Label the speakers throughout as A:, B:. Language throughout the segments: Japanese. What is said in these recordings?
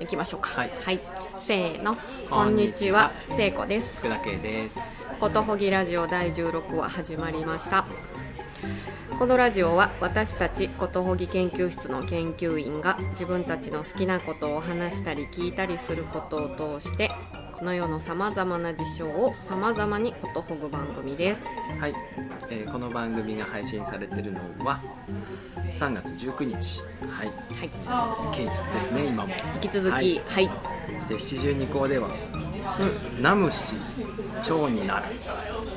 A: 行きましょうか
B: はい
A: せーのこ
B: こ
A: ん
B: ん
A: に
B: に
A: ち
B: ち
A: は
B: は
A: 聖子です
B: 福田圭です
A: ことほぎラジオ第16話始まりましたこのラジオは私たちことほぎ研究室の研究員が自分たちの好きなことを話したり聞いたりすることを通してこの世のさまざまな事象をさまざまにことほぐ番組です
B: はい、えーこの番組が配信されてるのは3月19日はい
A: はい
B: 平日ですね今も
A: 引き続きは
B: はいい、で七十二項では「ナムシ蝶になる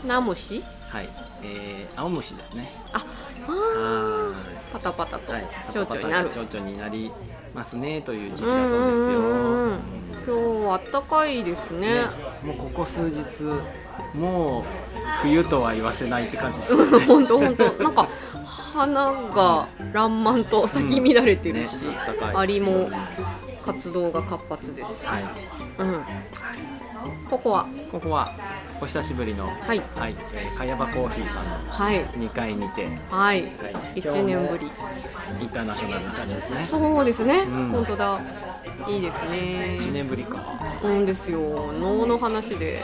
A: うん、ナムシ」
B: はいえー、青虫ですね
A: ああ
B: は
A: ーパタパタ
B: ー
A: と
B: いはい
A: 蝶々になる、
B: 蝶々になりますねという時期
A: うん
B: だそうですよ
A: うんうん今日あったかいですね
B: ね、もうここ数日もう冬とは言わせないって感じです よ ね
A: 本当本当なんか花が爛漫と咲き乱れてるし、
B: うんねあったかい
A: アリも活動が活発ですし、
B: はい、
A: うん、ここは
B: ここはお久しぶりのは
A: はい
B: い、えー、かやばコーヒーさんの
A: はい
B: 2階にて
A: はい、
B: い
A: 1年ぶり
B: インターナショナルな感じですね
A: そうですね、
B: うん
A: 本当だいいですね
B: 1年ぶりか
A: うんですよ能の話で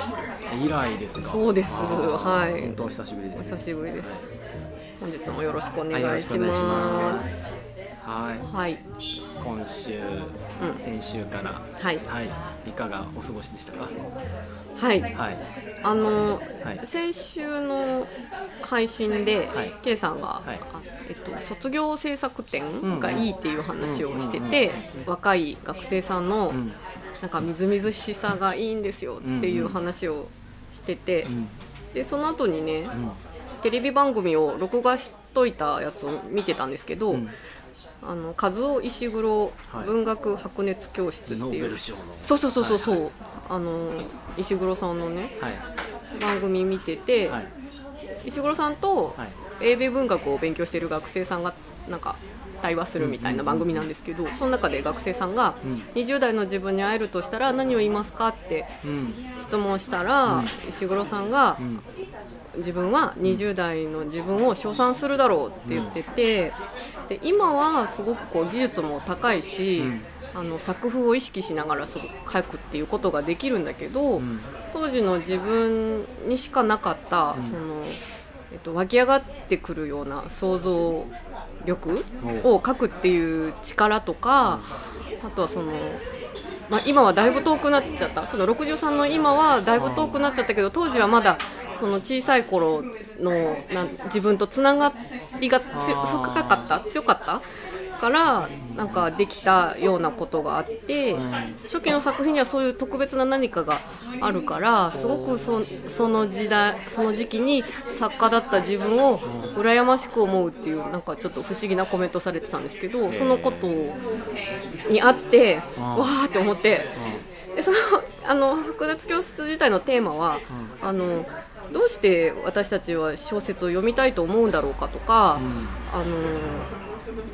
B: 以来ですか
A: そうです
B: あー
A: はい
B: 本当お久しぶりで
A: お
B: す、
A: 久しぶりです本日もよろしくお
B: は
A: 願
B: い、よろ
A: い
B: しく
A: し
B: お願いし
A: ま
B: ますすはい、
A: はい
B: 今週、
A: うん
B: 先週から
A: はい
B: はい、いかがお過ごしでしたか
A: はい
B: はい
A: あの、
B: はい
A: 先週の配信で、
B: はい
A: K さんが、
B: はい
A: あえっと、卒業制作展
B: ん
A: がいいっていう話をして
B: うんうん
A: て、若い学生さんの、
B: うん
A: なんかみずみずしさがいいんですよっていう話をしてて、
B: うん
A: でその後にね
B: うん
A: テレビ番組を録画しといたやつを見てたんですけど、
B: うん
A: あの和尾石黒
B: はい
A: 文学白熱教室って
B: ノー
A: い
B: ベ
A: う、
B: ル賞の
A: そうそうそうそうそう、
B: は
A: あの石黒さんのね
B: はい
A: 番組見てて、
B: はい
A: 石黒さんと
B: はい
A: 英米文学を勉強している学生さんがなんか対話するみたいな番組なんですけどその中で学生さんが
B: うん
A: 20代の自分に会えるとしたら何を言いますかって
B: うん
A: 質問したら石黒さんが
B: うん
A: 自分は20代の自分を称賛するだろうって言っててで今はすごくこう技術も高いし
B: うん
A: あの作風を意識しながらすごく書くっていうことができるんだけど、
B: うん
A: 当時の自分にしかなかった、
B: うん
A: そのえっと、湧き上がってくるような想像力
B: お
A: を書くっていう力とか、あとはその、まあ、今はだいぶ遠くなっちゃったその63の今はだいぶ遠くなっちゃったけど当時はまだその小さい頃のなん自分とつながりがつ深かった強かったからなんかできたようなことがあって。
B: うん
A: 初期の作品にはそういう特別な何かがあるからすごくそその時代その時期に作家だった自分を羨ましく思うっていうなんかちょっと不思議なコメントされてたんですけど
B: ー
A: そのことにあって
B: うん
A: わーって思ってでそのあの剥奪教室自体のテーマはあのどうして私たちは小説を読みたいと思うんだろうかとか。
B: うん
A: あのー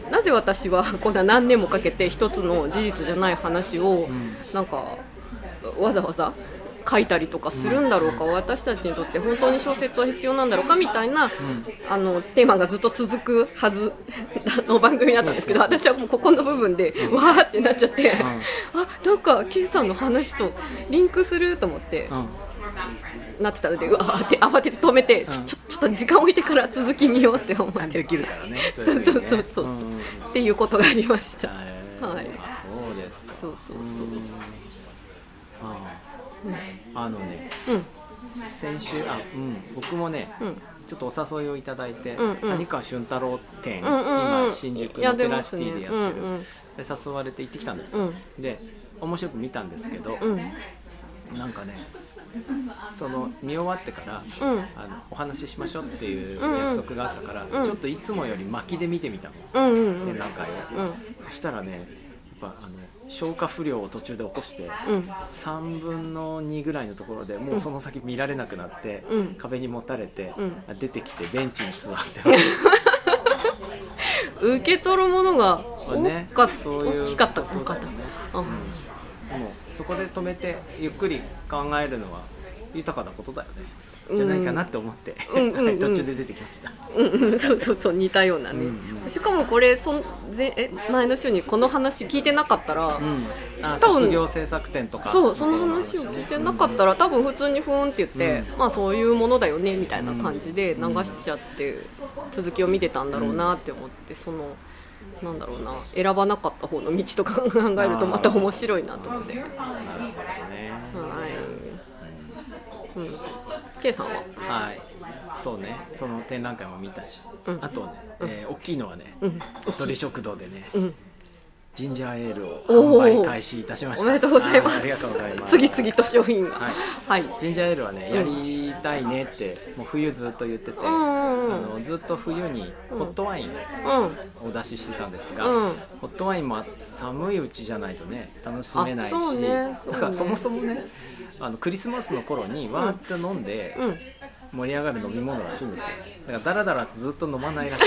A: なぜ私は こんな何年もかけて一つの事実じゃない話を
B: ん
A: なんかわざわざ書いたりとかするんだろうか私たちにとって本当に小説は必要なんだろうかみたいなあのテーマがずっと続くはずの番組だったんですけど私はもうここの部分でわーってなっちゃってあなんか K さんの話とリンクすると思って
B: うん
A: なってたのでうわーって慌てて止めてちょちょちょっと時間置いてから続き見ようって思って
B: うんできるからねそ
A: そうそうそうそうっていうことがありました。はい
B: いそうですか
A: そうそうそう。
B: んあーあのね
A: うん
B: 先週あうん僕もね
A: うん
B: ちょっとお誘いをいただいて、
A: うんうん
B: 谷川俊太郎展、
A: うんうんうん。
B: 今新宿
A: や
B: の
A: って
B: テラ
A: ま
B: シ
A: す
B: テ
A: ね
B: ィでやってる
A: うん
B: で誘われて行ってきたんです
A: う
B: よ、
A: ん
B: で面白く見たんですけど、
A: うん
B: なんかねその見終わってから、
A: うん
B: あのお話ししましょうっていう
A: うんうん
B: 約束があったから、
A: ん
B: ちょっといつもより巻きで見てみたの、
A: うんうんうん
B: 展覧会を、
A: うん
B: そしたらねやっぱあの消化不良を途中で起こして、
A: うん
B: 3分の2ぐらいのところでもうその先見られなくなって、
A: うん
B: 壁にもたれて、
A: うん
B: あ出てきてベンチに座って
A: 受け取るものが
B: まあね
A: 大かっ
B: そういう
A: 大きかった
B: こと
A: 大きか
B: だ
A: っ
B: よね
A: た。あ
B: うんもうそこで止めてゆっくり考えるのは豊かなことだよねじゃないかなって思って、
A: うんうん
B: はい、途中で出てきました、
A: うんうんそうそうそう似たようなね、
B: うんうん
A: しかもこれそんぜえ前の週にこの話聞いてなかったら、
B: うん、あ
A: 多分
B: 卒業制作展とか
A: そうその話を聞いてなかったら多分普通にふーんって言って、まあそういうものだよねみたいな感じで流しちゃって続きを見てたんだろうなって思ってそのなんだろうな選ばなかった方の道とか考えるとまた面白いなと思っては
B: なるほどね
A: い、うん、K さんは
B: はいそうねその展覧会も見たし、
A: うん
B: あとね、えー大きいのはね、
A: うん
B: 鳥食堂でね、
A: うん
B: ジンジャーエールを
A: おー
B: 販売開始いたしまし
A: お
B: た
A: めでとうございま
B: は
A: す
B: ありがとうございます
A: 次々と商品が
B: はい
A: はい、
B: ジンジャーエールはねやりたいねってもう冬ずっと言ってて、
A: うんうんうん
B: あのずっと冬にホットワイン
A: うん
B: をお出ししてたんですが、
A: うん
B: ホットワインも寒いうちじゃないとね楽しめないし
A: あそうねそうね
B: だからそもそもねあのクリスマスの頃にわーって飲んで
A: うん
B: 盛り上がる飲み物らしいんですよだからダラダラずっと飲まないらしい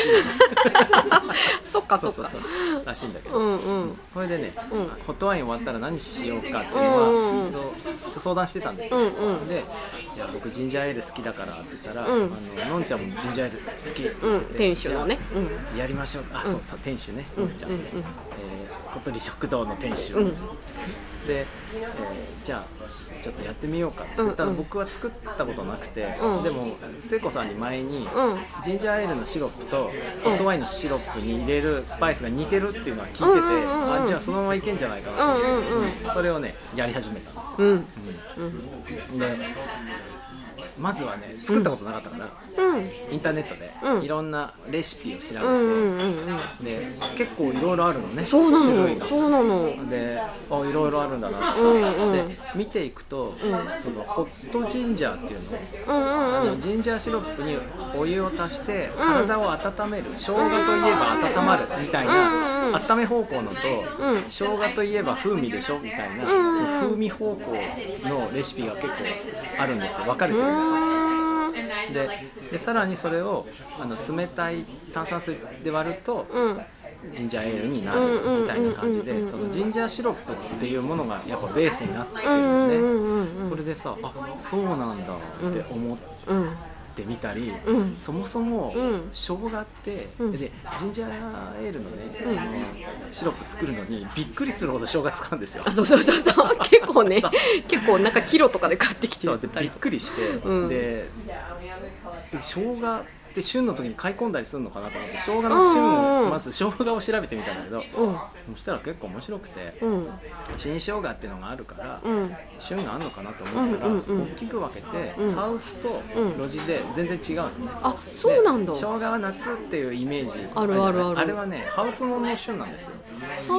A: そっか そ
B: そう
A: っ
B: そう
A: か
B: そうらしいんだけど、
A: うんうん
B: これでね、
A: うん
B: ホットワイン終わったら何しようかっていう
A: うんうんう
B: の
A: ん
B: はそう相談してたんですよ、
A: うんうん
B: で「いや僕ジンジャーエール好きだから」って言ったら「
A: うん
B: あののんちゃんもジンジャーエール好き」って
A: う
B: 言っ
A: ん
B: てて、
A: 店主のね
B: じゃあやりましょうあ、そうさ店主ね
A: うん
B: のんちゃんね、
A: うんうん
B: えー小鳥食堂の店主、
A: うん
B: で、えーじゃあちょっとやってみようかって言ったら、
A: うんうん
B: 僕は作ったことなくて、
A: うん
B: でも聖子さんに前に、
A: うん
B: ジンジャーエールのシロップとホットワインのシロップに入れるスパイスが似てるっていうのは聞いてて、
A: うんうんうんうん
B: あじゃあそのままいけんじゃないかなと思って、
A: うんうん
B: それをねやり始めたんで
A: うん
B: すよ、
A: うん
B: でまずはね作ったことなかったから、
A: うん
B: インターネットで
A: うん
B: いろんなレシピを調べて、
A: うんうんうんうん
B: で結構いろいろあるのね
A: そう
B: 種
A: な
B: 類
A: の
B: が
A: そうなの
B: であいろいろあるんだなと、
A: うんうん
B: で見ていくと、そのホットジンジャーっていうの
A: うんうんうん
B: ジンジャーシロップにお湯を足して
A: うん
B: 体を温める、生姜といえば温まるみたいな、
A: うんうん
B: 温め方向のと、
A: うん
B: 生姜といえば風味でしょみたいな、
A: うんうん
B: その風味方向のレシピが結構あるんですよ分かれてるんですよ。
A: うーん
B: ででさらにそれをあの冷たい炭酸水で割ると、
A: うん
B: ジンジャーエールになるみたいな感じ
A: うんうんうんうんうん
B: でそのジンジャーシロップっていうものがやっぱベースになって
A: う
B: る
A: ん
B: ん
A: うん
B: ですね、
A: うんうん
B: それでさあそうなんだって思って。
A: うん
B: ってみたり、
A: うん
B: そもそも
A: うん
B: 生姜って、
A: うん
B: でジンジャーエールのね、あのシロップ作るのにびっくりするほど生姜使うんですよ
A: あ。そうそうそう そう結構ね
B: そう
A: 結構なんかキロとかで買ってきて
B: そうで
A: た
B: び
A: り
B: っくりして、
A: うん
B: でで生姜って旬の時に買い込んだりするのかなと思って生姜の
A: うん
B: 旬
A: う
B: を
A: ん
B: まず生姜を調べてみたんだけど、
A: うん
B: そしたら結構面白くて、
A: うん
B: 新生姜っていうのがあるから、
A: うん
B: 旬があるのかなと思ったら、
A: うんうんうん
B: 大きく分けて、
A: うん
B: ハウスと
A: うん
B: 路地で全然違うのね。
A: あそうなんだ
B: で生姜は夏っていうイメージ
A: あるあるある
B: あれはねハウスものの旬なんですよ
A: あ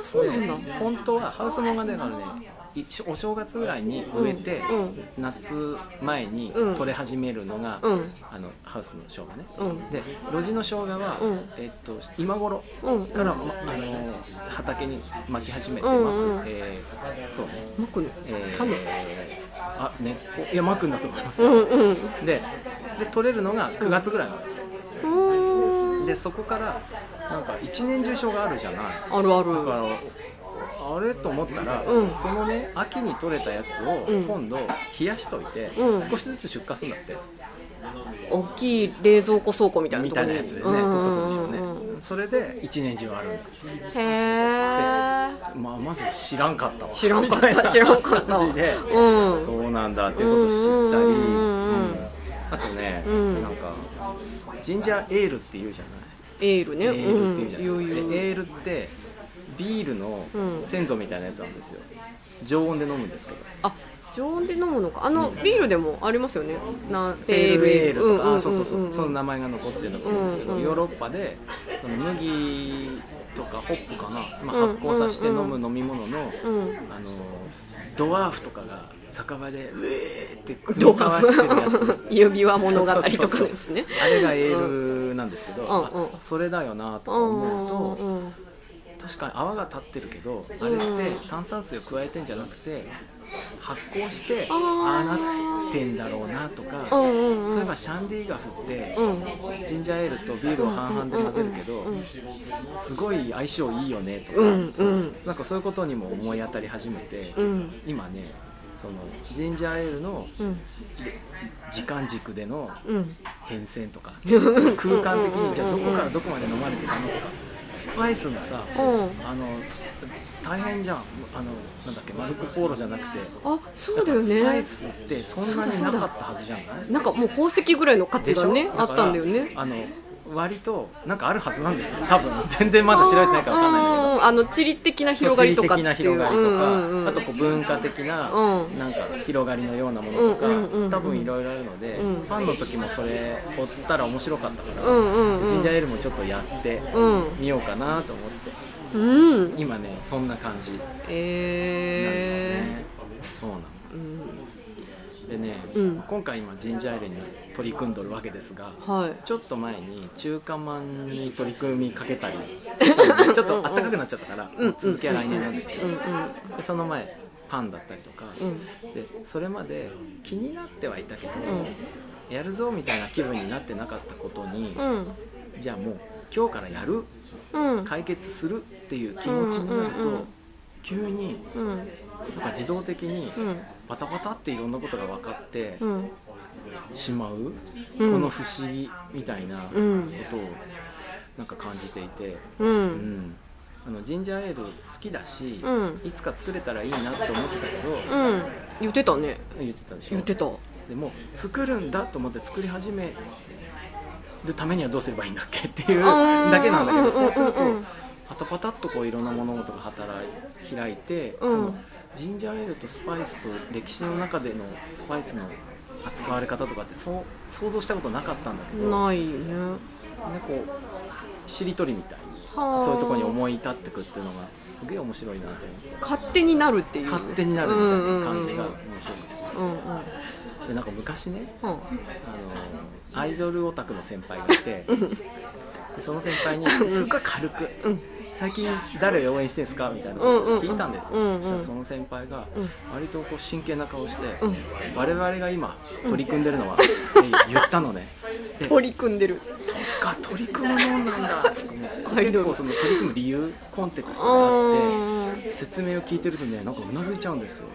A: あそうなんだ
B: で本当はハウスものがねだからねいお正月ぐらいに植えて、
A: うんうん
B: 夏前に
A: うん
B: 取れ始めるのが、
A: うん
B: あのハウスの生姜ね、
A: うん
B: で路地の生姜は、
A: うん
B: えっと今頃
A: うん
B: から、まあの畑に巻き始めて、
A: うんうん
B: まくえーそうね
A: マクの
B: えー
A: 種
B: あ根っこいや巻くんだと思います、
A: うんうんう
B: でで取れるのが9月ぐらいまで、
A: ーん
B: でそこからなんか一年中生があるじゃない
A: あるあ
B: だか
A: る
B: らあれと思ったら、
A: うん
B: そのね秋に取れたやつを
A: うん
B: 今度冷やしといて、
A: うん
B: 少しずつ出荷するんだって、
A: 大きい冷蔵庫倉庫みたいな
B: み
A: とこ
B: たい
A: ろに
B: なやつでね取っとくんでしょうね、
A: うんうんうん
B: それで一年中あるんだ
A: へえ
B: まあ、まず知らんかったわ
A: 知らんかった
B: みいな
A: 知らんかった
B: 感じで、
A: うん
B: そうなんだっていうことを知ったり、
A: うんうんうんうん
B: あとね、
A: うん
B: なんかジンジャーエールっていうじゃない
A: エールね
B: エールっていうじゃない、
A: うん言う
B: で
A: 言う
B: エールってビールの
A: うん
B: 先祖みたいなやつなんですよ常温で飲むんですけど
A: あ常温で飲むのかあのビールでもありますよねな
B: ペールエール
A: うんう
B: と
A: ん
B: か、
A: うんうん
B: あそうそうそうその名前が残ってるのかもしれないですけど、
A: うんうん
B: ヨーロッパでその麦とかホップかな、まあ、
A: うん
B: 発酵させて飲
A: うんう
B: む
A: ん
B: 飲み物の,、
A: うん
B: あのドワーフとかが酒場でウェーって繰り回してるやつ
A: 指輪物語とかですね
B: そうそうそうそうあれがエールなんですけど、
A: んうん
B: あそれだよなと
A: う
B: か
A: ん
B: 思うと、
A: うんうん
B: 確かに泡が立ってるけどあれって炭酸水を加えてんじゃなくて発酵して
A: あー
B: ああなってんだろうなとか
A: う
B: そ
A: んうんうん
B: ういえばシャンディガフって
A: うん
B: ジンジャーエールとビールを半々で混ぜるけ
A: う
B: ど
A: んうんうん
B: すごい相性いいよねと
A: うんう
B: か
A: ん
B: なんかそういうことにも思い当たり始めて
A: うん
B: 今ねそのジンジャーエールの
A: うん
B: 時間軸での
A: うん
B: 変遷とか
A: うん
B: 空間的にじゃあ
A: うんうん
B: ど
A: うん
B: こからどこまで飲まれてたのとかスパイスもさ
A: うん
B: あの大変じゃんあのなんだっけマルコ・ポーロじゃなくて
A: あそうだよ
B: スパイ
A: ね
B: スってそんなになかったはずじゃない
A: なんかもう宝石ぐらいの価値
B: でし
A: が
B: ょ
A: ねあ
B: から
A: ったんだよね
B: あの割となんかあるはずなんですよ多分全然まだ調べてないからわかんないんだけど
A: うんあの地理的な広がりとかって
B: 地理的な
A: いう
B: 広がりとか、
A: うんうんうん
B: あとこう文化的な,、
A: うん
B: なんか広がりのようなものとか、
A: うんうんうんうん
B: 多分いろいろあるので、
A: うん
B: ファンの時もそれ追ったら面白かったから、
A: うんうん
B: ジンジャー
A: う
B: エールもちょっとやって
A: ん
B: みようかなと思っ
A: うん
B: て、
A: うん
B: 今ねそんな感じなんですよ
A: え
B: ね、そうなの
A: ーうん
B: でね、
A: うん
B: 今回今ジンジャーエールに取り組んどるわけですが、
A: はい
B: ちょっと前に中華まんに取り組みかけたり したのでちょっと暖かくなっちゃったから、
A: うんうん
B: 続きは来年なんですけど、
A: うん
B: でその前パンだったりとか、
A: うん
B: でそれまで気になってはいたけど、
A: う
B: やるぞみたいな気分になってなかったことに、
A: うん
B: じゃあもう今日からやる
A: うんうん
B: 解決するっていう気持ちになると、
A: うんうんうん
B: 急に
A: うん
B: なんか自動的に
A: うん
B: バタバタっていろんなことが分かって
A: うん
B: しまう、
A: うん
B: この不思議みたいなこ
A: うん
B: とをなんか感じていて、
A: う
B: うんん、あのジンジャーエール好きだし、
A: うん
B: いつか作れたらいいなって思ってたけど、
A: うん言ってたね
B: 言ってたでしょ
A: 言ってた
B: でも作るんだと思って作り始めるためにはどうすればいいんだっけっていう
A: うん
B: だけなんだけ
A: うんうんう
B: ど
A: ん
B: そうすると
A: うん
B: パタパタっとこういろんな物事が働い開いて、
A: うん
B: そのジンジャーエールとスパイスと歴史の中でのスパイスの扱われ方とかってそう想像したことなかったんだけどね
A: ないね
B: こうしりとりみたいに
A: はあ
B: そういうところに思い立ってくっていうのがすげえ面白いなと思って
A: 勝手になるっていうね
B: 勝手になるみたいな感じが面白
A: うん
B: くて
A: うんうんうん
B: でなんか昔ね
A: うん
B: あのアイドルオタクの先輩がいてでその先輩にすっごい軽く
A: うん
B: 「最近誰応援してんすか?」みたいなことを聞いたんですよ、
A: うんうんうん
B: そしたらその先輩が
A: うん
B: 割とこう真剣な顔して「
A: うん
B: 我々が今取り組んでるのは」って言った のねで
A: 取り組んでる
B: そっか取り組むもんなんだって思って
A: アイド
B: 結
A: ル
B: 構その取り組む理由コンテクス
A: う
B: トがあっ
A: ん
B: て説明を聞いてるとねなんかうなずいちゃうんですよ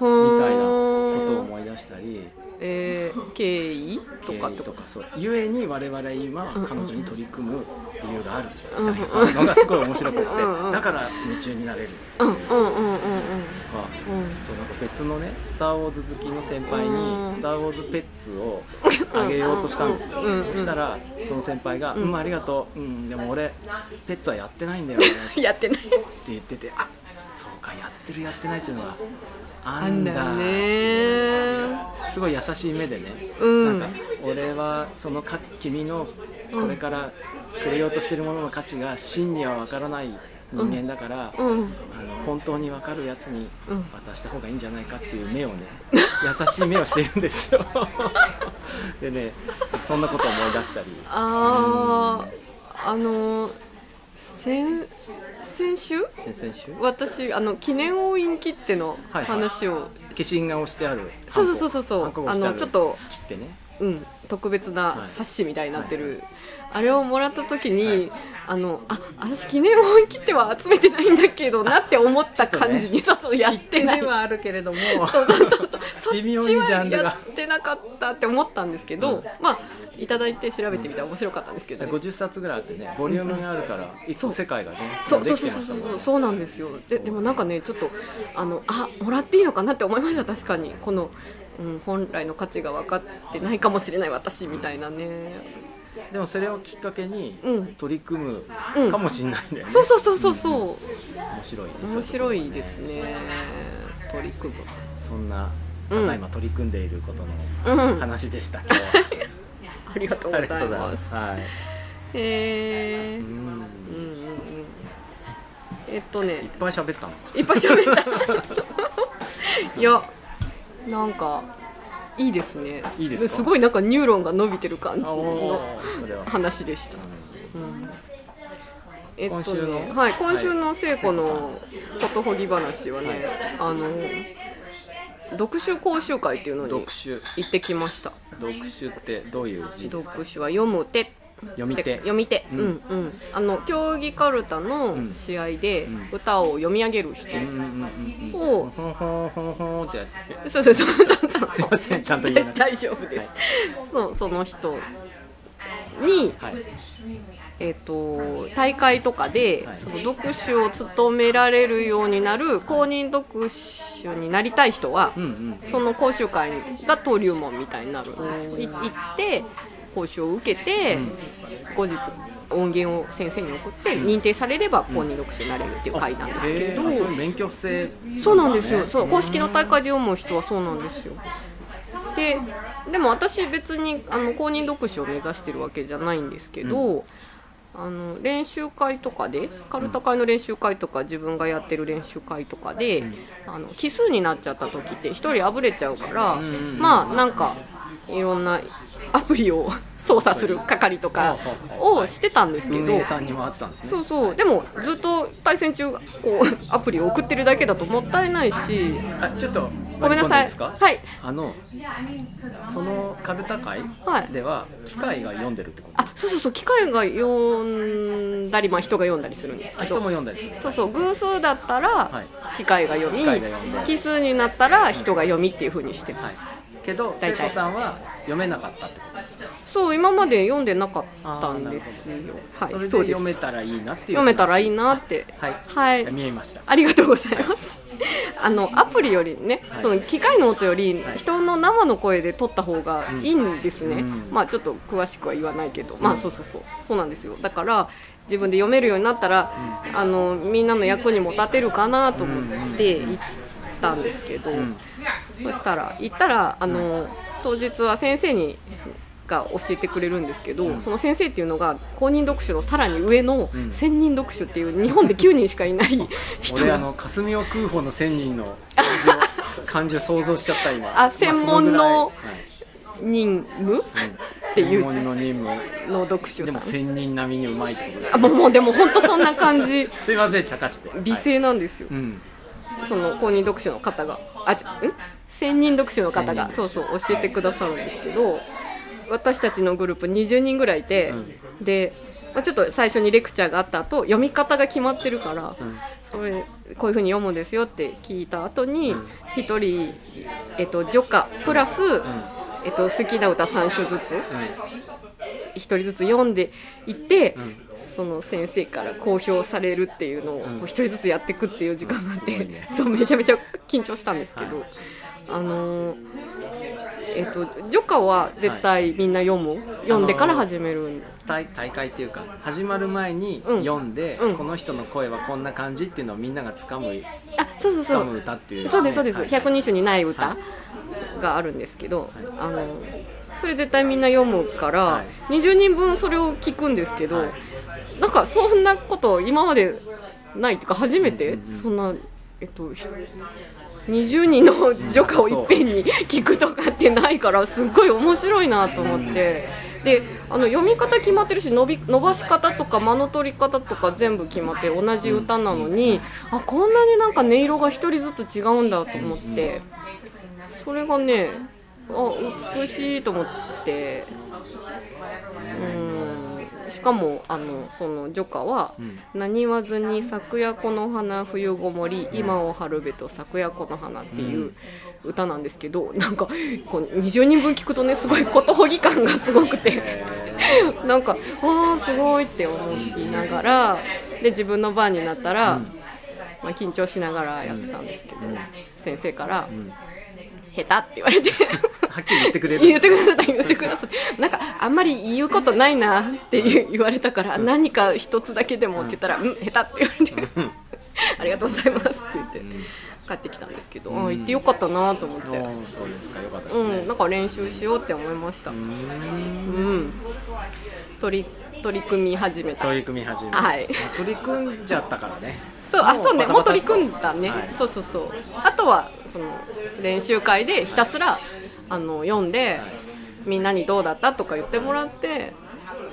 A: み
B: みたいなことを思い出したり。
A: えー、経緯とかって
B: と
A: こと
B: かそうゆえに我々今
A: うんうん
B: 彼女に取り組む理由があるみ
A: うんうん
B: たいなのがすごい面白くって
A: うんうん
B: だから夢中になれる
A: うんうんうんうん
B: とか
A: うんうん
B: そうなんか別のね「スター・ウォーズ」好きの先輩
A: う
B: に「
A: ん
B: スター・ウォーズ・ペッツ」をあげようとしたんですよ
A: うんうん
B: そしたらその先輩が
A: う
B: 「うんんありがとううんでも俺ペッツはやってないんだよね」って
A: やってない
B: 言ってて「あそうかやってるやってない」っていうのがあ
A: あ
B: ん
A: ん
B: だ
A: だ
B: って
A: よ
B: いう
A: ね
B: すごい優しい目でね、
A: うん
B: なんか俺はそのか君のこれからくれようとしてるものの価値が真には分からない人間だから、
A: うん
B: あの本当に分かるやつに
A: うん
B: 渡した方がいいんじゃないかっていう目をね優しい目をしてるんです よでねそんなことを思い出したり
A: あーあのー、先先週
B: 先々週
A: 私あの記念応印切手の
B: はいはい
A: 話を、
B: 化身が押してある
A: そうそうそうそうそう
B: ハンコが押して
A: あ
B: る
A: のちょっと
B: 切ってね
A: うん、特別
B: は
A: ない冊子みたいになってる、
B: はい
A: あれをもらった時に、
B: はい
A: あのあ私記念応援切手は集めてないんだけどなって思った感じに、そうそうやってない
B: 切手ではあるけれども
A: そうそうそうそうそ
B: 微妙
A: っ
B: に
A: ち
B: ジ
A: は
B: ャンル
A: や
B: が
A: ってなかったって思ったんですけど、
B: うん
A: まあいただいて調べてみたら面白かったんですけど、ね
B: 50冊ぐらいあってねボリュームがあるから一個世界がね
A: そうそ
B: で
A: う
B: き
A: そう
B: てまし
A: そ
B: た
A: う
B: も
A: そう
B: んね
A: そうなんですよででもなんかねちょっとあのあもらっていいのかなって思いました確かにこの、うん、本来の価値が分かってないかもしれない私みたいなね
B: でもそれをきっかけに
A: うん
B: 取り組む
A: うん
B: かもしれないんだよね、
A: そうそうそうそうそ
B: 面白いね
A: う。面白いですね。取り組む。
B: そういうところがねそん
A: う
B: なんただいま取り組んでいることの
A: うん。あ
B: 話で した、今日は
A: りがとう
B: あ
A: ござ
B: り
A: い
B: がとうござい
A: ま。
B: ますすはい
A: え
B: う
A: ー。
B: ん
A: うんうんうん。えっと
B: いっ
A: ね、
B: ぱい喋ったの
A: いっぱい喋っ た。いや、なんかいいですね。
B: いいですか
A: ごいなんかニューロンが伸びてる感じ
B: あお
A: の
B: ーそれは、
A: 話でした。
B: う
A: うんえっとね、
B: 今週の
A: はい、今週の聖子
B: は
A: のことほぎ話はね、
B: はい
A: あの読書講習会っていうの
B: ん
A: に
B: 読書
A: 行ってきました
B: 読書ってどういう字ですか
A: 読書は読む手っ
B: 読み手
A: 読み手、
B: う
A: うんんうん、あの競技かるたの試合で
B: うん
A: 歌を読み上げる人、
B: うんうんうんうん
A: を
B: ほんほんほんほんってやって
A: そうそうそうそうそう
B: すいませんちゃんと言えなく て
A: 大丈夫です、そうその人に、
B: はい
A: えっと大会とかで、
B: はい
A: その読手を務められるようになる公認読手になりたい人は、
B: うんうん
A: その講習会が登竜門みたいになるんですよい行って講習を受けて、
B: うん
A: 後日音源を先生に送って認定されれば公認読手になれるっていう会なんですけ
B: え
A: ど、
B: ーあそういう免許制
A: そうなんですよ。
B: ね
A: そう公式の大会で読む人はそうなんですよ。で、でも私別にあの公認読書を目指してるわけじゃないんですけど、あの練習会とかでカルタ会の練習会とか自分がやってる練習会とかで、あの奇数になっちゃった時って一人あぶれちゃうから、
B: ん
A: まあなんかいろんなアプリを 操作する係とかをしてたんですけ
B: 運
A: ど
B: 営。さんにもあってたんですね
A: そうそうでもずっと対戦中こうアプリを送ってるだけだともったいないし
B: あちょっと
A: ごめんなさい
B: 割り込でですか
A: はい
B: あのそのカルタ会
A: はい
B: では機械が読んでるってこと、
A: あそうそうそう機械が読んだり、まあ、人が読んだりするんです
B: あ
A: け
B: 人も
A: ど
B: 読んだりする
A: そうそう偶数だったら
B: はい
A: 機械が読み
B: 機械が読んで
A: 奇数になったら人が読みっていう風にしてます、
B: はいけど
A: 大
B: 聖
A: 体
B: 子さんは読めなかったってこ
A: そう今まで読んでなかったんですよ
B: と、
A: はい
B: それで
A: そうです
B: 読めたらいいなっていう
A: 読めたらいい
B: な
A: なって
B: はい、
A: はい
B: 見えました
A: ありがとうございます。 あのアプリよりね、
B: はい
A: その機械の音より
B: はい
A: 人の生の声で撮った方がいいんですね。
B: うん
A: まあちょっと詳しくは言わないけど、まあそうそうそう、そうなんですよ。だから自分で読めるようになったら、あのみんなの役にも立てるかなと思って行ったんですけど、
B: ん
A: そしたら行ったらあの当日は先生に。が教えてくれるんですけど、
B: うん
A: その先生っていうのが公認読書のさらに上の
B: うん
A: 千人読書っていう日本で9人しかい ない人
B: 俺あの霞を食う方の千人の漢字を漢字を想像しちゃった今
A: あ専門の
B: まあそぐらいはい
A: 任務ってい
B: 専
A: う字
B: 門の任務
A: の読書
B: でも
A: さん
B: 千人並みにうまいってことです
A: あもうもうでも本当そんな感じ
B: すいません茶化して
A: 美
B: はい
A: 声なんですよ、
B: うん
A: その公認読書の方があちん専任読書の方が
B: 専任
A: そう
B: 読書
A: そう教えてくださるんですけど私たちのグループ20人ぐらいいて、でまあちょっと最初にレクチャーがあった後読み方が決まってるから、
B: うん
A: それこういうふうに読むんですよって聞いた後に
B: うん
A: 一人、えっと、助歌プラス、
B: うん
A: えっと、好きな歌3首ずつ
B: うん
A: 一人ずつ読んでいって、
B: うん
A: その先生から公表されるっていうのをこ
B: ん
A: う一人ずつやっていくっていう時間があって、
B: うんすごいね
A: そうめちゃめちゃ緊張したんですけど、
B: はい
A: あのーえっと「ジョカ」は絶対みんな読む、読んでから始めるん
B: 大大会っていうか始まる前に
A: うん
B: 読んで、
A: うん
B: この人の声はこんな感じっていうのをみんなが掴む
A: あそうそうそ
B: 掴む
A: う
B: 歌っていう、
A: そうですそうです、
B: はい
A: 百人種にない
B: は
A: 歌があるんですけど、あのそれ絶対みんな読むから、
B: は
A: 20人分それを聞くんですけど、
B: はい
A: なんかそんなこと今までないとか初めて、
B: うんうんうん
A: そんなえっとひ20人の除歌をいっぺんに聞くとかってないからすっごい面白いなと思って。であの読み方決まってるし伸び伸ばし方とか間の取り方とか全部決まって同じ歌なのに、あこんなになんか音色が一人ずつ違うんだと思って、それがねあ美しいと思ってうんしかもあのそのジョカは
B: うん
A: 「何言わずに昨夜この花冬ごもり今を春べと昨夜この花」っていう歌なんですけどなんかこう20人分聞くとねすごいことほぎ感がすごくて。
B: え
A: なんかあーすごいって思いながらで自分の番になったら、まあ、緊張しながらやってたんですけど、先生から「下手」って言われて
B: ーはっきり言ってくれる
A: 言ってくださった言ってくださったなんかあんまり言うことないなって言う言われたから、何か一つだけでもって言ったら「うん下手」って言われて。ありがとうございますって言って
B: ん
A: 帰ってきたんですけど、
B: ん
A: あ行ってよかったなと思っ
B: お
A: て、
B: ーそうですかよかったです
A: う
B: ね
A: ん、なんか練習しようって思いました、う
B: うんーん
A: 取り取り組み始めた
B: 取り組み始め、
A: はい
B: 取り組んじゃったからね
A: そうあそうね
B: バタバタ
A: もう取り組んだね、
B: はい
A: そうそうそうあとはその練習会でひたすら、あの読んで、
B: はい
A: みんなにどうだったとか言ってもらって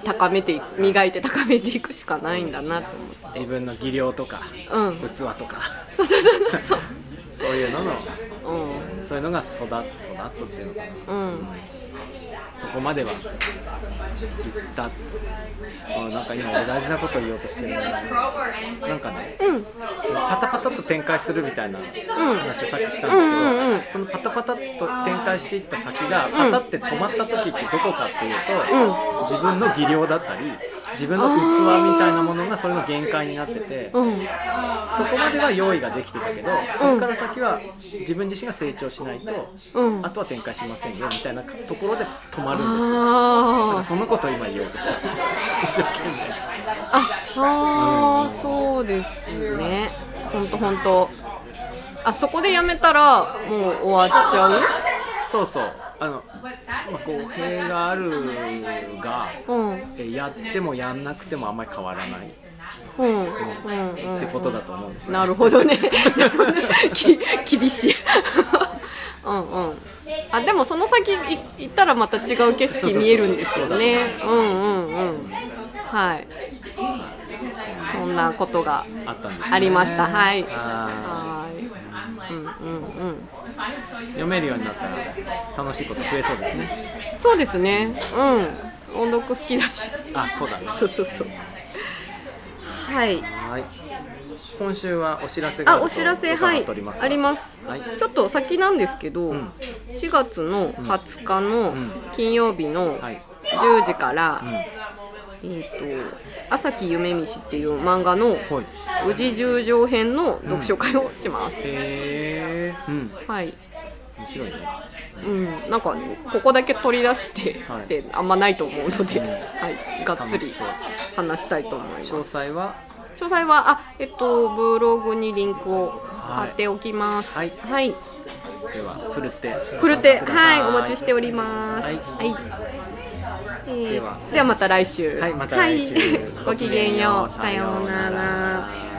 A: 高めてい磨いて高めていくしかないんだなと思って
B: 自分の技量とか
A: うん
B: 器とか
A: そうそうそうそう
B: そういうのの
A: そう、うん、
B: そういうのが育育つっていうのかな、
A: うん
B: そこまでは言ったあなんか今俺大事なこと言おうとしてるななんかね
A: うん
B: そのパタパタと展開するみたいな話をさっきしたんですけ
A: うん
B: ど、
A: うんうん
B: そのパタパタと展開していった先がパタって止まった時ってどこかっていうと、自分の技量だったり自分の器みたいなものがそれの限界になってて、
A: うん
B: そこまでは用意ができてたけどそこから先は自分自身が成長しないと、
A: うん
B: あとは展開しませんよみたいなところで止まるんですよ。なん
A: あ
B: か
A: ー
B: そのことを今言おうとした一生懸命
A: ああーそうですねほんとほんとあそこでやめたらもう終わっちゃう
B: そうそうあの、まあ、公平があるが
A: うん
B: えやってもやんなくてもあんまり変わらないっ
A: うんうんうん
B: てことだと思うんですね、
A: なるほどねき厳しいうんうんあでもその先い行ったらまた違う景色見えるんですよねうんうんうんはいそんなことが
B: あったんですね
A: ありましたはい
B: あ
A: はいうんうんうん
B: ー読めるようになったら楽しいこと増えそうですね
A: そうですねうん音読好きだし
B: あそうだね
A: そうそうそうはい
B: はい今週はお知らせが
A: あお知らせはい
B: あります
A: あります、
B: はい
A: ちょっと先なんですけど、
B: ん
A: 4月の20日の
B: ん
A: 金曜日の
B: はい
A: 10時から、
B: うん
A: えーと朝木夢見しっていう漫画の
B: ほい
A: 宇治十条編の読書会をします、
B: へえー、うん
A: はい、
B: 面白いね
A: うん、なんかここだけ取り出して
B: はい
A: ってあんまないと思うので、
B: うん
A: はい、がっつ
B: 楽
A: り
B: しそう
A: 話したいと思います
B: 詳細は
A: 詳細はあえっとブログにリンクを貼っておきます
B: はい
A: はい
B: ではふるって
A: フルテ、
B: ご参加くださ
A: はい、お待ちしております。
B: はい
A: えー
B: では
A: ではまた来週。
B: はいまた来週
A: はいごきげんよう。さようなら。